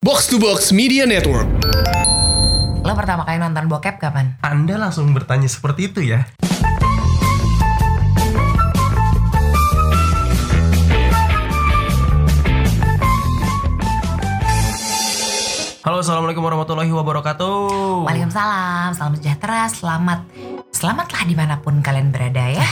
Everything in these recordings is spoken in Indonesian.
Box to Box Media Network. Lo pertama kali nonton bokep kapan? Anda langsung bertanya seperti itu ya. Halo, assalamualaikum warahmatullahi wabarakatuh. Waalaikumsalam, salam sejahtera, selamat Selamatlah dimanapun kalian berada ya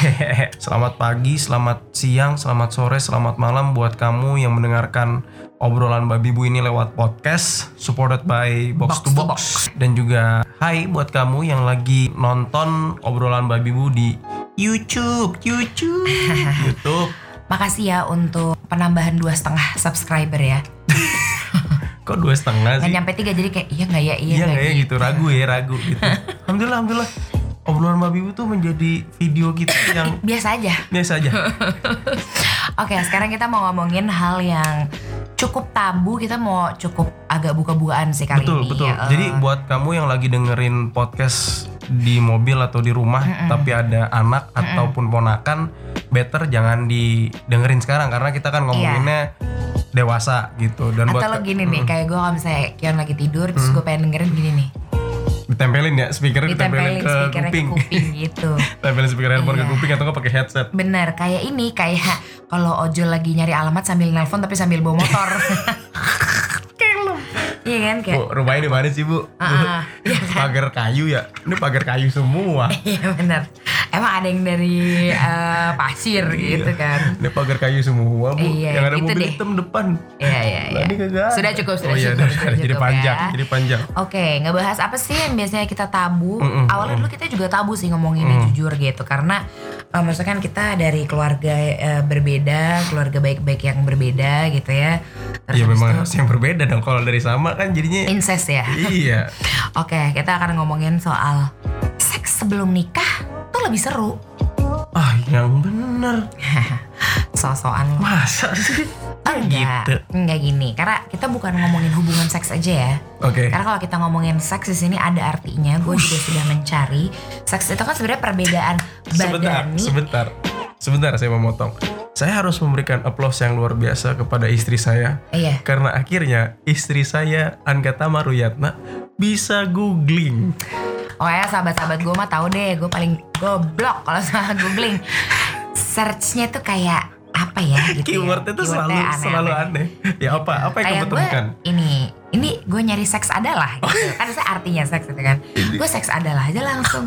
selamat pagi, selamat siang, selamat sore, selamat malam buat kamu yang mendengarkan obrolan babi bu ini lewat podcast supported by Box, Box to to Box. Box. dan juga hai buat kamu yang lagi nonton obrolan babi bu di YouTube, YouTube, YouTube. Makasih ya untuk penambahan dua setengah subscriber ya Kok dua setengah Nggak sih? nyampe tiga jadi kayak iya nggak ya iya Iya nggak nggak ya gitu ragu ya ragu gitu. alhamdulillah, alhamdulillah. Obrolan babi bu tuh menjadi video kita yang Biasa aja biasa aja. Oke sekarang kita mau ngomongin hal yang cukup tabu Kita mau cukup agak buka-bukaan sih kali betul ini betul Eh, jadi buat kamu yang lagi dengerin podcast di mobil atau di rumah tapi ada anak ataupun ponakan better jangan didengerin sekarang karena kita kan ngomonginnya dewasa gitu dan Iya. buat Atau lo ka- gini nih Kayak gue kalau misalnya Kion lagi tidur Terus gue pengen dengerin gini nih ditempelin ya speakernya Ditempelin ditempelin, ke speakernya kuping ke kuping gitu tempelin speaker handphone ke Iya. kuping atau nggak pakai headset Bener, kayak ini kayak kalau ojol lagi nyari alamat sambil nelpon tapi sambil bawa motor. Iya kan kayak. bu rumahnya di mana sih bu Ah, ah. pagar kayu ya ini pagar kayu semua Iya bener. Emang ada yang dari eh, pasir Iya. gitu kan. ini pagar kayu semua bu Iya, yang ada gitu mobil deh. hitam depan Iya iya Lah, iya. Nah, ini kagak ada. Sudah cukup sudah oh, iya, cukup. udah, sudah udah, jadi cukup panjang ya. jadi panjang Oke, ngebahas apa sih yang biasanya kita tabu? Mm-mm, Awalnya dulu kita juga tabu sih ngomonginnya jujur gitu karena eh, maksudnya kan kita dari keluarga eh, berbeda, keluarga baik-baik yang berbeda gitu ya. habis Iya memang itu- harus yang berbeda dong kalau dari sama kan jadinya incest ya. iya Oke, kita akan ngomongin soal seks sebelum nikah tuh lebih seru. ah yang bener Sosokan lo. masa sih Enggak, gitu. enggak gini. Karena kita bukan ngomongin hubungan seks aja ya. oke Karena kalau kita ngomongin seks di sini ada artinya. Gue juga sudah mencari. Seks itu kan sebenarnya perbedaan sebentar badani. sebentar sebentar saya mau motong saya harus memberikan applause yang luar biasa kepada istri saya Iya. karena akhirnya istri saya Angkatama Ruyatna bisa googling Oh ya sahabat-sahabat gue mah tahu deh. Gue paling goblok kalau soal googling. Searchnya tuh kayak apa ya gitu ya. keywordnya tuh selalu Keywordnya aneh-aneh. selalu aneh ya apa apa yang kamu kayak gue temukan Oh, iya. ini ini gue nyari seks adalah gitu kan saya artinya seks gitu kan gue seks adalah aja langsung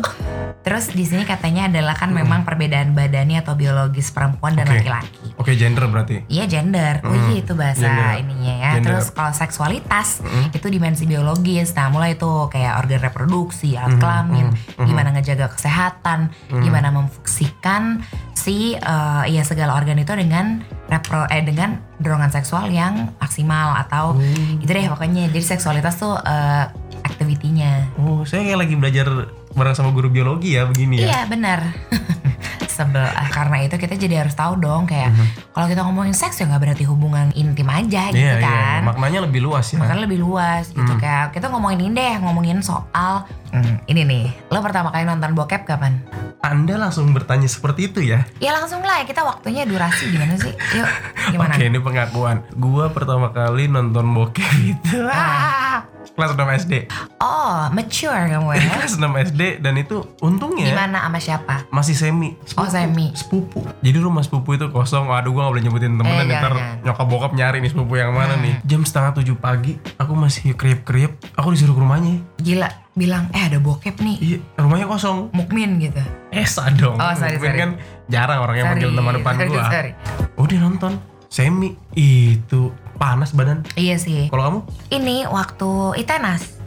terus di sini katanya adalah kan memang perbedaan badannya atau biologis perempuan dan Oke. laki-laki oke gender berarti Iya gender, oh Hmm. iya itu bahasa Gender. ininya ya. Gender. Hmm. Terus kalau seksualitas itu dimensi biologis, nah mulai itu kayak organ reproduksi, alat Hmm, kelamin, gimana ngejaga kesehatan, gimana memfungsikan si eh, ya segala organ itu dengan repro eh dengan dorongan seksual yang maksimal atau Hmm. itu deh pokoknya. Jadi seksualitas tuh eh, aktivitinya. oh saya kayak lagi belajar bareng sama guru biologi ya begini ya Iya benar. Sebel, ah, karena itu kita jadi harus tahu dong kayak Hmm. kalau kita ngomongin seks ya nggak berarti hubungan intim aja gitu Iya, iya, kan. iya. maknanya lebih luas ya. Makanya lebih luas gitu Hmm. kayak kita ngomongin ini deh, ngomongin soal hmm, ini nih. Lo pertama kali nonton bokep kapan? Anda langsung bertanya seperti itu ya. Ya langsung lah ya, kita waktunya durasi gimana sih? Yuk, gimana? Oke, ini pengakuan. Gua pertama kali nonton bokep itu ah, kelas 6 SD. Oh, mature kamu ya. Kelas 6 SD dan itu untungnya Gimana sama siapa? masih semi. Oh, semi. Sepupu. Jadi rumah sepupu itu kosong. Waduh, gua gak boleh nyebutin temennya Eh, Hmm. nih, ntar jangan. nyokap bokap nyari nih sepupu yang mana nih. Jam setengah tujuh pagi, aku masih kriep-kriep. Aku disuruh ke rumahnya. Gila, bilang eh ada bokep nih. Iya, rumahnya kosong. Mukmin gitu. Esa dong. Oh, sorry, Mungkin sorry. kan jarang orang yang Sorry, panggil nama depan sorry, gua. sorry. Udah nonton semi itu panas badan. Iya sih. Kalau kamu Ini waktu Itenas.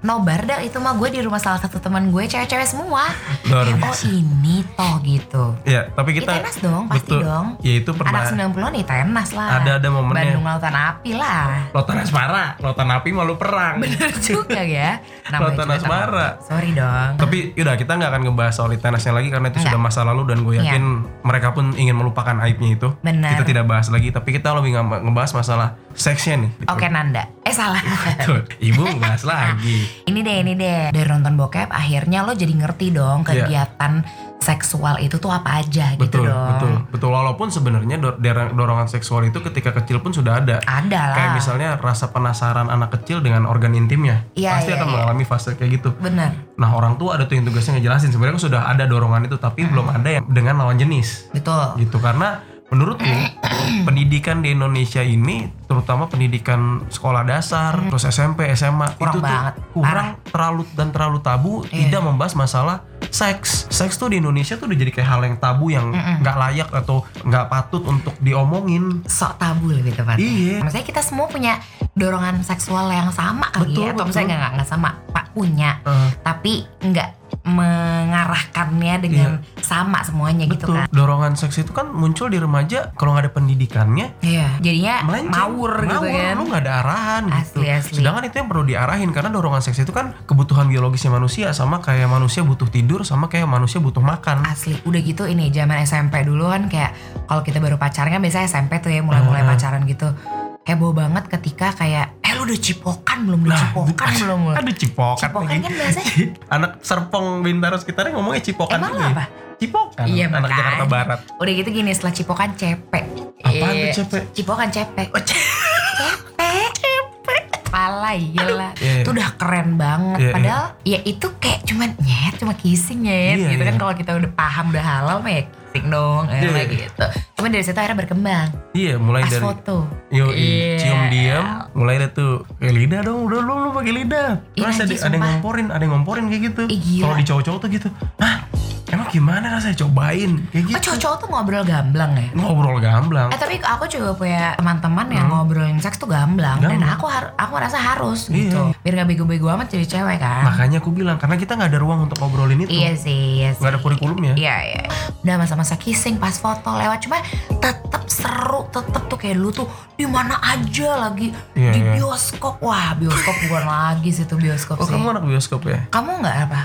Nobar dah itu mah gue di rumah salah satu teman gue cewek-cewek semua. luar Oh biasa. ini toh gitu. Ya, tapi kita Itenas dong, pasti betul. dong. Ya itu pernah Anak 90-an nih tenas lah. Ada- ada momennya. Bandung Lautan Api lah. Lautan Asmara, Lautan Api malu perang. Bener juga ya. Namanya Lautan juga Asmara. teman. Sorry dong. Tapi yaudah kita nggak akan ngebahas soal Litanasnya lagi karena itu Nggak. sudah masa lalu dan gue Iya. yakin mereka pun ingin melupakan aibnya itu. Benar. Kita tidak bahas lagi, tapi kita lebih nge- ngebahas masalah seksnya nih. Oke Nah, Nanda. Eh salah. Tuh, ibu ngebahas lagi. gitu ini deh, ini deh. Dari nonton bokep akhirnya lo jadi ngerti dong kegiatan seksualitas seksual itu tuh apa aja gitu Iya. betul dong. betul betul walaupun sebenarnya dor- dera- dorongan seksual itu ketika kecil pun sudah ada Ada lah. kayak misalnya rasa penasaran anak kecil dengan organ intimnya Iya, pasti iya, akan iya. mengalami fase kayak gitu Bener. nah orang tua ada tuh yang tugasnya ngejelasin sebenarnya kan sudah ada dorongan itu tapi belum ada yang dengan lawan jenis Betul. gitu karena menurutku pendidikan di Indonesia ini terutama pendidikan sekolah dasar terus SMP SMA Hmm. Kurang itu banget, Iya. tuh kurang terlalu dan terlalu tabu tidak membahas masalah seks seks tuh di Indonesia tuh udah jadi kayak hal yang tabu yang nggak layak atau nggak patut untuk diomongin Sok tabu lebih tepatnya. Iya. Maksudnya kita semua punya dorongan seksual yang sama kali Betul, ya. Atau betul. misalnya nggak- nggak nggak sama, Pak punya. Eh, Tapi nggak mengarahkannya dengan sama semuanya gitu Iya. betul kan. dorongan seks itu kan muncul di remaja kalau nggak ada pendidikannya Iya. Jadinya melenceng, ngawur gitu ngawur, kan. lu nggak ada arahan Asli, gitu. asli. Sedangkan itu yang perlu diarahin karena dorongan seks itu kan kebutuhan biologisnya manusia sama kayak manusia butuh tidur sama kayak manusia butuh makan. Asli, udah gitu ini zaman SMP dulu kan kayak kalau kita baru pacaran kan biasanya SMP tuh ya mulai-mulai pacaran gitu heboh banget ketika kayak eh lu udah cipokan belum udah cipokan itu- belum lu?" Aduh Nah, Kan cipokan. cipokan lagi. kan biasanya Anak Serpong Bintaro sekitarnya ngomongnya cipokan Emang juga. ya. apa? Cipokan. Iya, anak makanya. Jakarta Barat. udah gitu gini setelah cipokan cepek Apaan tuh Iya, cepek? cipokan cepek Oh, c- cepek cepek palai gila Iya, iya. itu udah keren banget Iya, iya. padahal ya itu kayak cuman nyet cuma kissing nyet Iya, gitu kan iya. kalau kita udah paham udah halal mah ya kissing dong eh, Iya, iya. gitu cuma dari situ akhirnya berkembang Iya, mulai pas dari foto Yo, Iya. cium diam, mulai ada tuh kayak lidah dong, udah lu lu pakai lidah. Iya, Terus ada, anjing, ada yang sumpah. ngomporin, ada yang ngomporin kayak gitu. Ih, gila. Kalau di cowok-cowok tuh gitu, ah emang gimana rasanya cobain kayak Oh gitu. cowok-cowok tuh ngobrol gamblang ya? Ngobrol gamblang. Eh tapi aku juga punya teman-teman yang ngobrolin seks tuh gamblang, dan Hmm. Gamblang. aku har- aku rasa harus Iya. gitu biar gak bego-bego amat jadi cewek kan. Makanya aku bilang karena kita nggak ada ruang untuk ngobrolin itu. Iya sih, iya sih. Nggak ada ya. kurikulumnya. Iya iya. Udah masa-masa kissing pas foto lewat cuma tetep seru, tetep tuh kayak lu tuh di mana aja lagi Iya, di iya. bioskop. Wah, bioskop bukan lagi sih tuh bioskop Oh sih. kamu anak bioskop ya? Kamu nggak apa?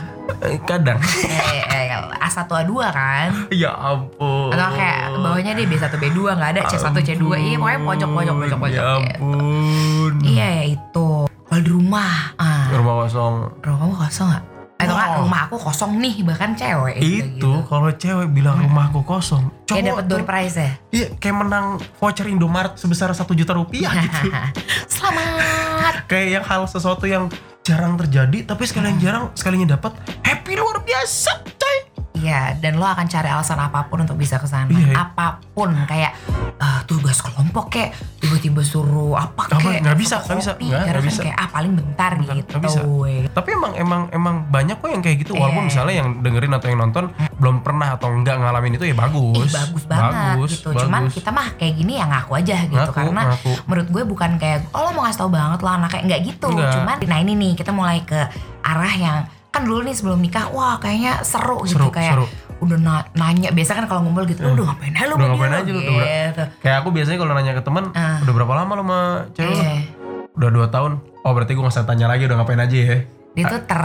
Eh, Kadang. Eh, eh, A1 A2 kan? ya ampun. Atau kayak bawahnya dia B1 B2 nggak ada C1 C2. Iya, pokoknya pojok-pojok Ampun, pojok-pojok. Ya gitu. ampun. Iya ya itu. Kalau di rumah, ah, Rumah kosong. rumah kamu kosong nggak? Atau nggak Wow. rumah aku kosong nih bahkan cewek. gitu. Itu iya. kalau cewek bilang rumahku kosong, Kayak cowok dapat tuh- door prize ya. Iya, kayak menang voucher Indomaret sebesar satu juta rupiah gitu. Selamat. kayak yang hal sesuatu yang jarang terjadi, tapi sekali yang jarang sekalinya dapat happy luar biasa, coy. Iya, dan lo akan cari alasan apapun untuk bisa ke sana. Iya, iya. Apapun kayak eh, tugas kelompok kayak tiba-tiba suruh apa Apa? kayak Nggak bisa, nggak bisa. fotokopi, Nggak, nggak kan bisa. kayak ah paling bentar, Bentar, gitu. nggak bisa. weh. Tapi emang emang emang banyak kok yang kayak gitu. Iya. Walaupun misalnya yang dengerin atau yang nonton belum pernah atau enggak ngalamin itu ya bagus. Ih, Eh, bagus banget bagus, gitu. Cuman bagus. kita mah kayak gini ya ngaku aja gitu Ngaku, karena ngaku. menurut gue bukan kayak oh lo mau ngasih tau banget lah anaknya nggak gitu. Nggak. Cuman nah ini nih kita mulai ke arah yang kan dulu nih sebelum nikah wah kayaknya seru, gitu Seru, kayak seru. Iya. udah na- nanya biasa kan kalau ngumpul gitu "Lu udah ngapain aja lu Udah sama ngapain dia?" aja lu, gitu. udah- Kayak aku biasanya kalau nanya ke teman, Ah. udah berapa lama lo sama cewek lo?" Iya. Udah dua tahun. Oh berarti gue nggak usah tanya lagi udah ngapain aja ya. Dia tuh ter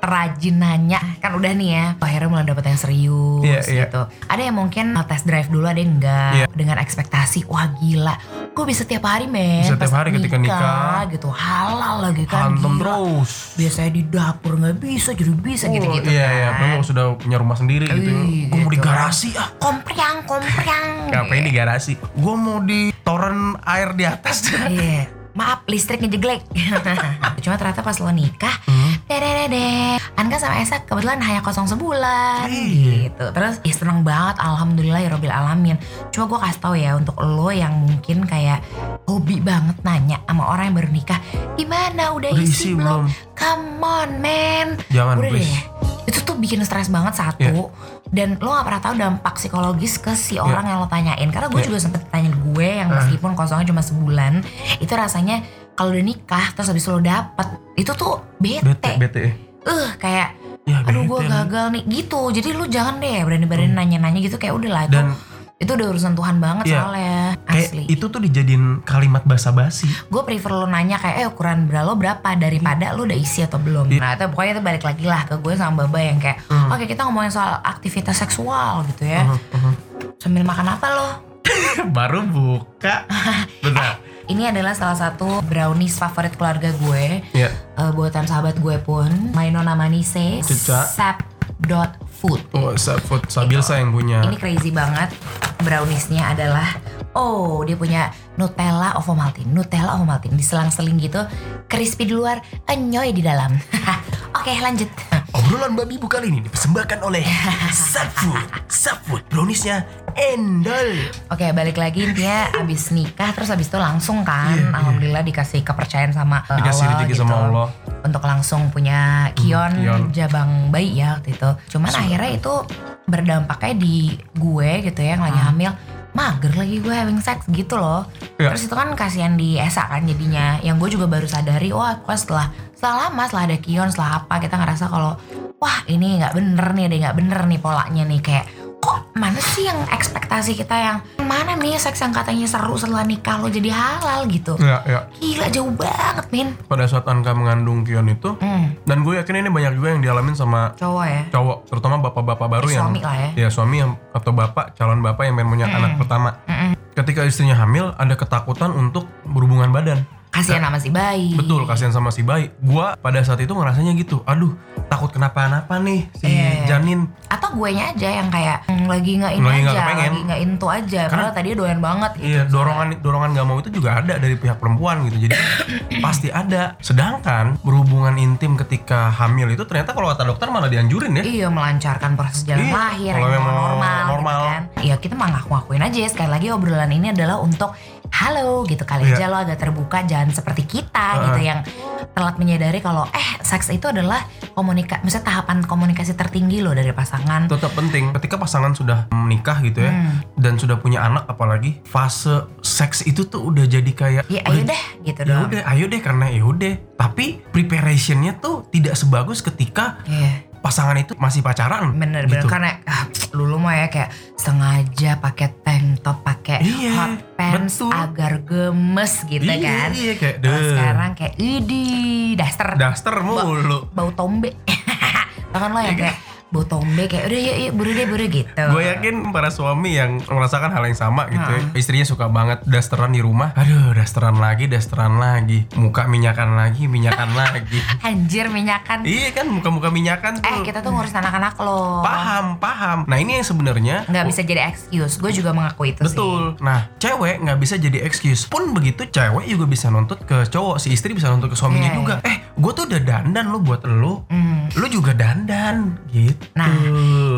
terajin nanya kan udah nih ya akhirnya mulai dapet yang serius Iya, iya. gitu ada yang mungkin test drive dulu ada yang enggak Iya. dengan ekspektasi wah gila gue bisa tiap hari men Bisa tiap Pas hari ketika nikah. gitu halal lagi kan gila. Hantem terus. biasanya di dapur nggak bisa jadi bisa gitu gitu iya, kan iya, Apalagi kalau sudah punya rumah sendiri gitu. ya. Ih, Gue mau di gitu. Iya. garasi ah. komprang komprang Ngapain di garasi? Gue mau di toren air di atas. Iya. Maaf listrik ngejeglek Cuma ternyata pas lo nikah Hmm? Dededede Anka sama Esa kebetulan hanya kosong sebulan Iya. Gitu Terus ya seneng banget Alhamdulillah ya Robil Alamin Cuma gue kasih tau ya Untuk lo yang mungkin kayak Hobi banget nanya Sama orang yang baru nikah Gimana udah, Udah isi, isi belum? belum? Come on man Jangan, Udah please. deh itu tuh bikin stres banget satu Iya. dan lo gak pernah tahu dampak psikologis ke si orang yang lo tanyain karena Iya. gue juga sempet tanya gue yang meskipun kosongnya cuma sebulan itu rasanya kalau udah nikah terus habis lo dapet itu tuh bete, bete, bete. Eh, kayak Ya, aduh gue bete lah. gagal nih gitu jadi lu jangan deh berani-berani nanya-nanya gitu kayak udah lah itu Dan- itu udah urusan Tuhan banget Iya. soalnya Kayak asli itu tuh dijadiin kalimat basa-basi. gue prefer lo nanya kayak eh ukuran bra lo berapa daripada lo udah isi atau belum nah itu pokoknya itu balik lagi lah ke gue sama baba yang kayak oke kita ngomongin soal aktivitas seksual gitu ya sambil makan apa lo Baru buka. Bentar. ini adalah salah satu brownies favorit keluarga gue Ya. Eh, buatan sahabat gue pun Mainona Manise Cuca. sap.fun Food. Oh, Sa- food Sabilsa yang punya. Ini crazy banget. Browniesnya adalah oh dia punya Nutella ovo maltin, Nutella ovo maltin diselang-seling gitu, crispy di luar, enyoy di dalam. Oke lanjut. Obrolan babi buka ini dipersembahkan oleh Subfood. Subfood browniesnya endol. Oke balik lagi intinya abis nikah terus abis itu langsung kan, alhamdulillah dikasih kepercayaan sama uh, Iya, Dikasih Allah rezeki gitu. sama Allah. Untuk langsung punya kion, kion. jabang bayi ya waktu itu. Cuman akhirnya itu berdampaknya di gue gitu ya yang lagi hamil mager lagi gue having sex gitu loh. Iya. Terus itu kan kasihan di Esa kan jadinya. Yang gue juga baru sadari, wah gue setelah setelah lama setelah ada kion setelah apa kita ngerasa kalau wah ini nggak bener nih, ada yang nggak bener nih polanya nih kayak kok mana sih yang ekspektasi kita yang mana nih seks yang katanya seru setelah nikah lo jadi halal gitu. Ya, ya. Gila jauh banget min. Pada saat Anka mengandung Kion itu, Hmm, dan gue yakin ini banyak juga yang dialamin sama cowok ya. cowok, terutama bapak-bapak baru yang Suami lah ya. Hmm. ya suami yang atau bapak calon bapak yang pengen punya anak pertama. Ketika istrinya hamil, ada ketakutan untuk berhubungan badan. Kasihan sama si bayi. Betul, kasihan sama si bayi. Gua pada saat itu ngerasanya gitu. Aduh, takut kenapa-napa nih si Iya. janin. atau gue nya aja yang kayak "Hmm, lagi nggak ini Lagi nggak aja kepengen. lagi nggak into aja Karena- padahal tadi doyan banget gitu Iya, dorongan dorongan gak mau itu juga ada dari pihak perempuan gitu. Jadi pasti ada. Sedangkan berhubungan intim ketika hamil itu ternyata kalau kata dokter malah dianjurin ya. iya melancarkan proses jalan Iya, lahir kalau yang memang normal, gitu normal. kan ya kita mah ngaku-ngakuin aja ya. sekali lagi obrolan ini adalah untuk halo gitu kali Iya. aja lo agak terbuka jangan seperti kita Heeh. gitu yang telat menyadari kalau eh seks itu adalah komunikasi misalnya tahapan komunikasi tertinggi loh dari pasangan tetap penting ketika pasangan sudah menikah Hmm. gitu ya dan sudah punya anak apalagi fase seks itu tuh udah jadi kayak ya udah ayo deh gitu ya dong udah ayo deh karena ya udah tapi preparationnya tuh tidak sebagus ketika Iya. pasangan itu masih pacaran bener bener gitu. karena ah, dulu mah ya kayak sengaja pakai tank top pakai Iya, hot pants betul. agar gemes gitu iya, kan iya kayak Kalau deh, sekarang kayak idi daster daster mulu Iya kan? bau tombe tangan lo yang kayak bau tombe kayak udah yuk yuk buru deh buru gitu Gue yakin para suami yang merasakan hal yang sama gitu ya. Hmm. Istrinya suka banget dasteran di rumah. Aduh, dasteran lagi, dasteran lagi. Muka minyakan lagi, minyakan lagi. anjir minyakan Iya kan, muka-muka eh minyakan tuh. kita tuh ngurus anak-anak lo paham paham nah ini yang sebenarnya nggak bisa jadi excuse gue juga mengakui itu sih betul nah cewek nggak bisa jadi excuse pun begitu cewek juga bisa nuntut ke cowok si istri bisa nuntut ke suaminya Iya, juga eh gue tuh udah dandan lo buat lo Hmm. lo juga dandan gitu Nah,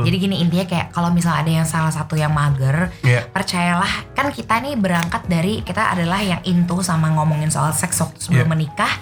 Jadi gini intinya kayak kalau misalnya ada yang salah satu yang mager, Iya. percayalah kan kita nih berangkat dari kita adalah yang into sama ngomongin soal seks waktu sebelum Iya. menikah,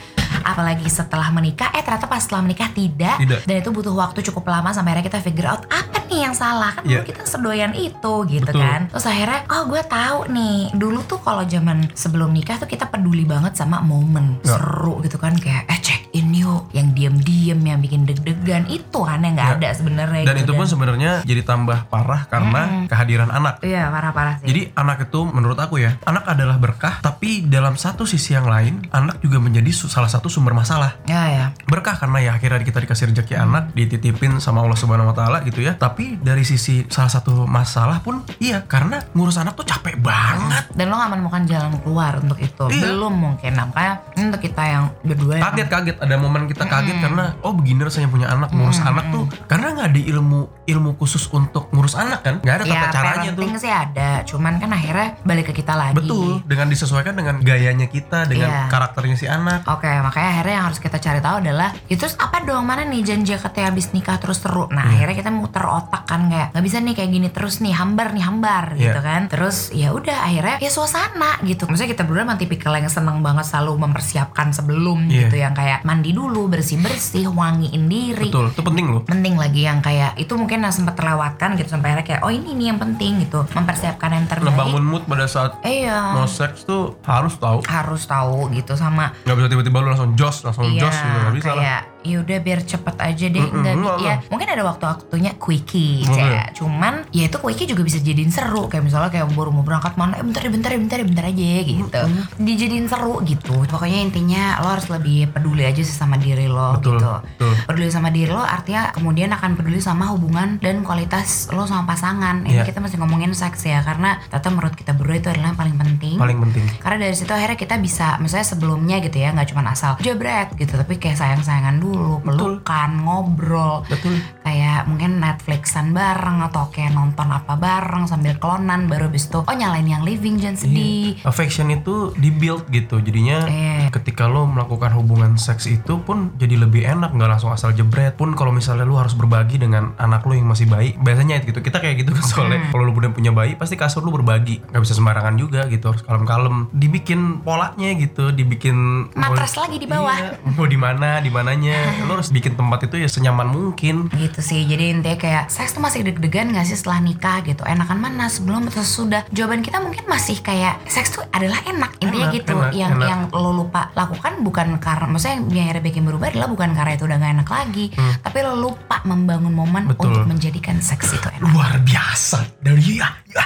apalagi setelah menikah, eh ternyata pas setelah menikah tidak, Tidak. dan itu butuh waktu cukup lama sampai akhirnya kita figure out apa nih yang salah kan dulu Iya. kita sedoyan itu gitu Betul. kan, terus akhirnya oh gue tahu nih dulu tuh kalau zaman sebelum nikah tuh kita peduli banget sama momen Iya. seru gitu kan kayak eh check in yuk yang diem-diem yang bikin deg-degan itu kan yang nggak Iya. ada sebenarnya dan gitu. Hmm. itu pun sebenarnya jadi tambah parah karena kehadiran anak Iya parah-parah sih. jadi anak itu menurut aku ya anak adalah berkah tapi dalam satu sisi yang lain anak juga menjadi su- salah satu sumber masalah ya ya. berkah karena ya akhirnya kita dikasih rezeki Hmm. anak dititipin sama Allah Subhanahu Wa Taala gitu ya tapi dari sisi salah satu masalah pun iya karena ngurus anak tuh capek banget Dan lo gak menemukan jalan keluar untuk itu. Iya. Belum mungkin. Nah, Makanya ini untuk kita yang berdua yang- kaget kaget ada momen kita kaget Hmm. karena oh begini rasanya punya anak ngurus anak tuh karena nggak ada ilmu ilmu khusus untuk ngurus anak kan nggak ada tata ya caranya tuh parenting sih ada. Cuman kan akhirnya balik ke kita lagi. betul dengan disesuaikan dengan gayanya kita dengan Iya. karakternya si anak Oke, makanya akhirnya yang harus kita cari tahu adalah ya terus apa dong mana nih janji katanya habis nikah terus seru. Nah, Iya. akhirnya kita muter otak kan kayak nggak bisa nih kayak gini terus nih hambar nih hambar Iya. gitu kan. Terus ya udah akhirnya ya suasana gitu. Maksudnya kita berdua emang tipikal yang seneng banget selalu mempersiapkan sebelum Iya. gitu yang kayak mandi dulu, bersih-bersih, wangiin diri. betul itu penting loh penting lagi yang kayak itu mungkin nah sempat terlewatkan gitu sampai akhirnya kayak oh ini nih yang penting gitu mempersiapkan yang terbaik ngebangun mood pada saat iya mau seks tuh harus tahu harus tahu gitu sama nggak bisa tiba-tiba lu langsung jos langsung iya jos gitu nggak bisa lah kayak ya udah biar cepet aja deh Mm-mm, nggak bi- enggak ya lah. mungkin ada waktu waktunya quickie Boleh. kayak cuman ya itu quickie juga bisa jadiin seru kayak misalnya kayak baru mau berangkat mana eh bentar deh, bentar deh, bentar deh, bentar aja gitu dijadiin seru gitu pokoknya intinya lo harus lebih peduli aja sih sama diri lo Betul, gitu betul. peduli sama diri lo artinya kemudian akan peduli sama hubungan dan kualitas lo sama pasangan ini Iya. kita masih ngomongin seks ya karena ternyata menurut kita berdua itu adalah yang paling penting paling penting karena dari situ akhirnya kita bisa misalnya sebelumnya gitu ya nggak cuma asal jebret gitu tapi kayak sayang sayangan dulu dulu, pelukan, ngobrol. Betul. Kayak mungkin Netflixan bareng atau kayak nonton apa bareng sambil kelonan baru habis itu oh nyalain yang living jangan Iya. sedih. Affection itu dibuild gitu. Jadinya Iya. ketika lo melakukan hubungan seks itu pun jadi lebih enak nggak langsung asal jebret. Pun kalau misalnya lo harus berbagi dengan anak lo yang masih bayi, biasanya gitu. Kita kayak gitu kan soalnya Hmm. kalau lo udah punya bayi pasti kasur lo berbagi. Gak bisa sembarangan juga gitu, harus kalem-kalem. Dibikin polanya gitu, dibikin Matras lagi di bawah. Iya, mau di mana, di mananya. lo harus bikin tempat itu ya senyaman mungkin. gitu sih jadi intinya kayak seks tuh masih deg-degan gak sih setelah nikah gitu enakan mana sebelum atau sudah jawaban kita mungkin masih kayak seks tuh adalah enak intinya Enak, gitu enak, yang enak. yang lo lupa lakukan bukan karena maksudnya yang akhirnya bikin berubah adalah bukan karena itu udah gak enak lagi tapi lo lupa membangun momen Hmm. Betul. untuk menjadikan seks itu enak Luar biasa dari ya, ya,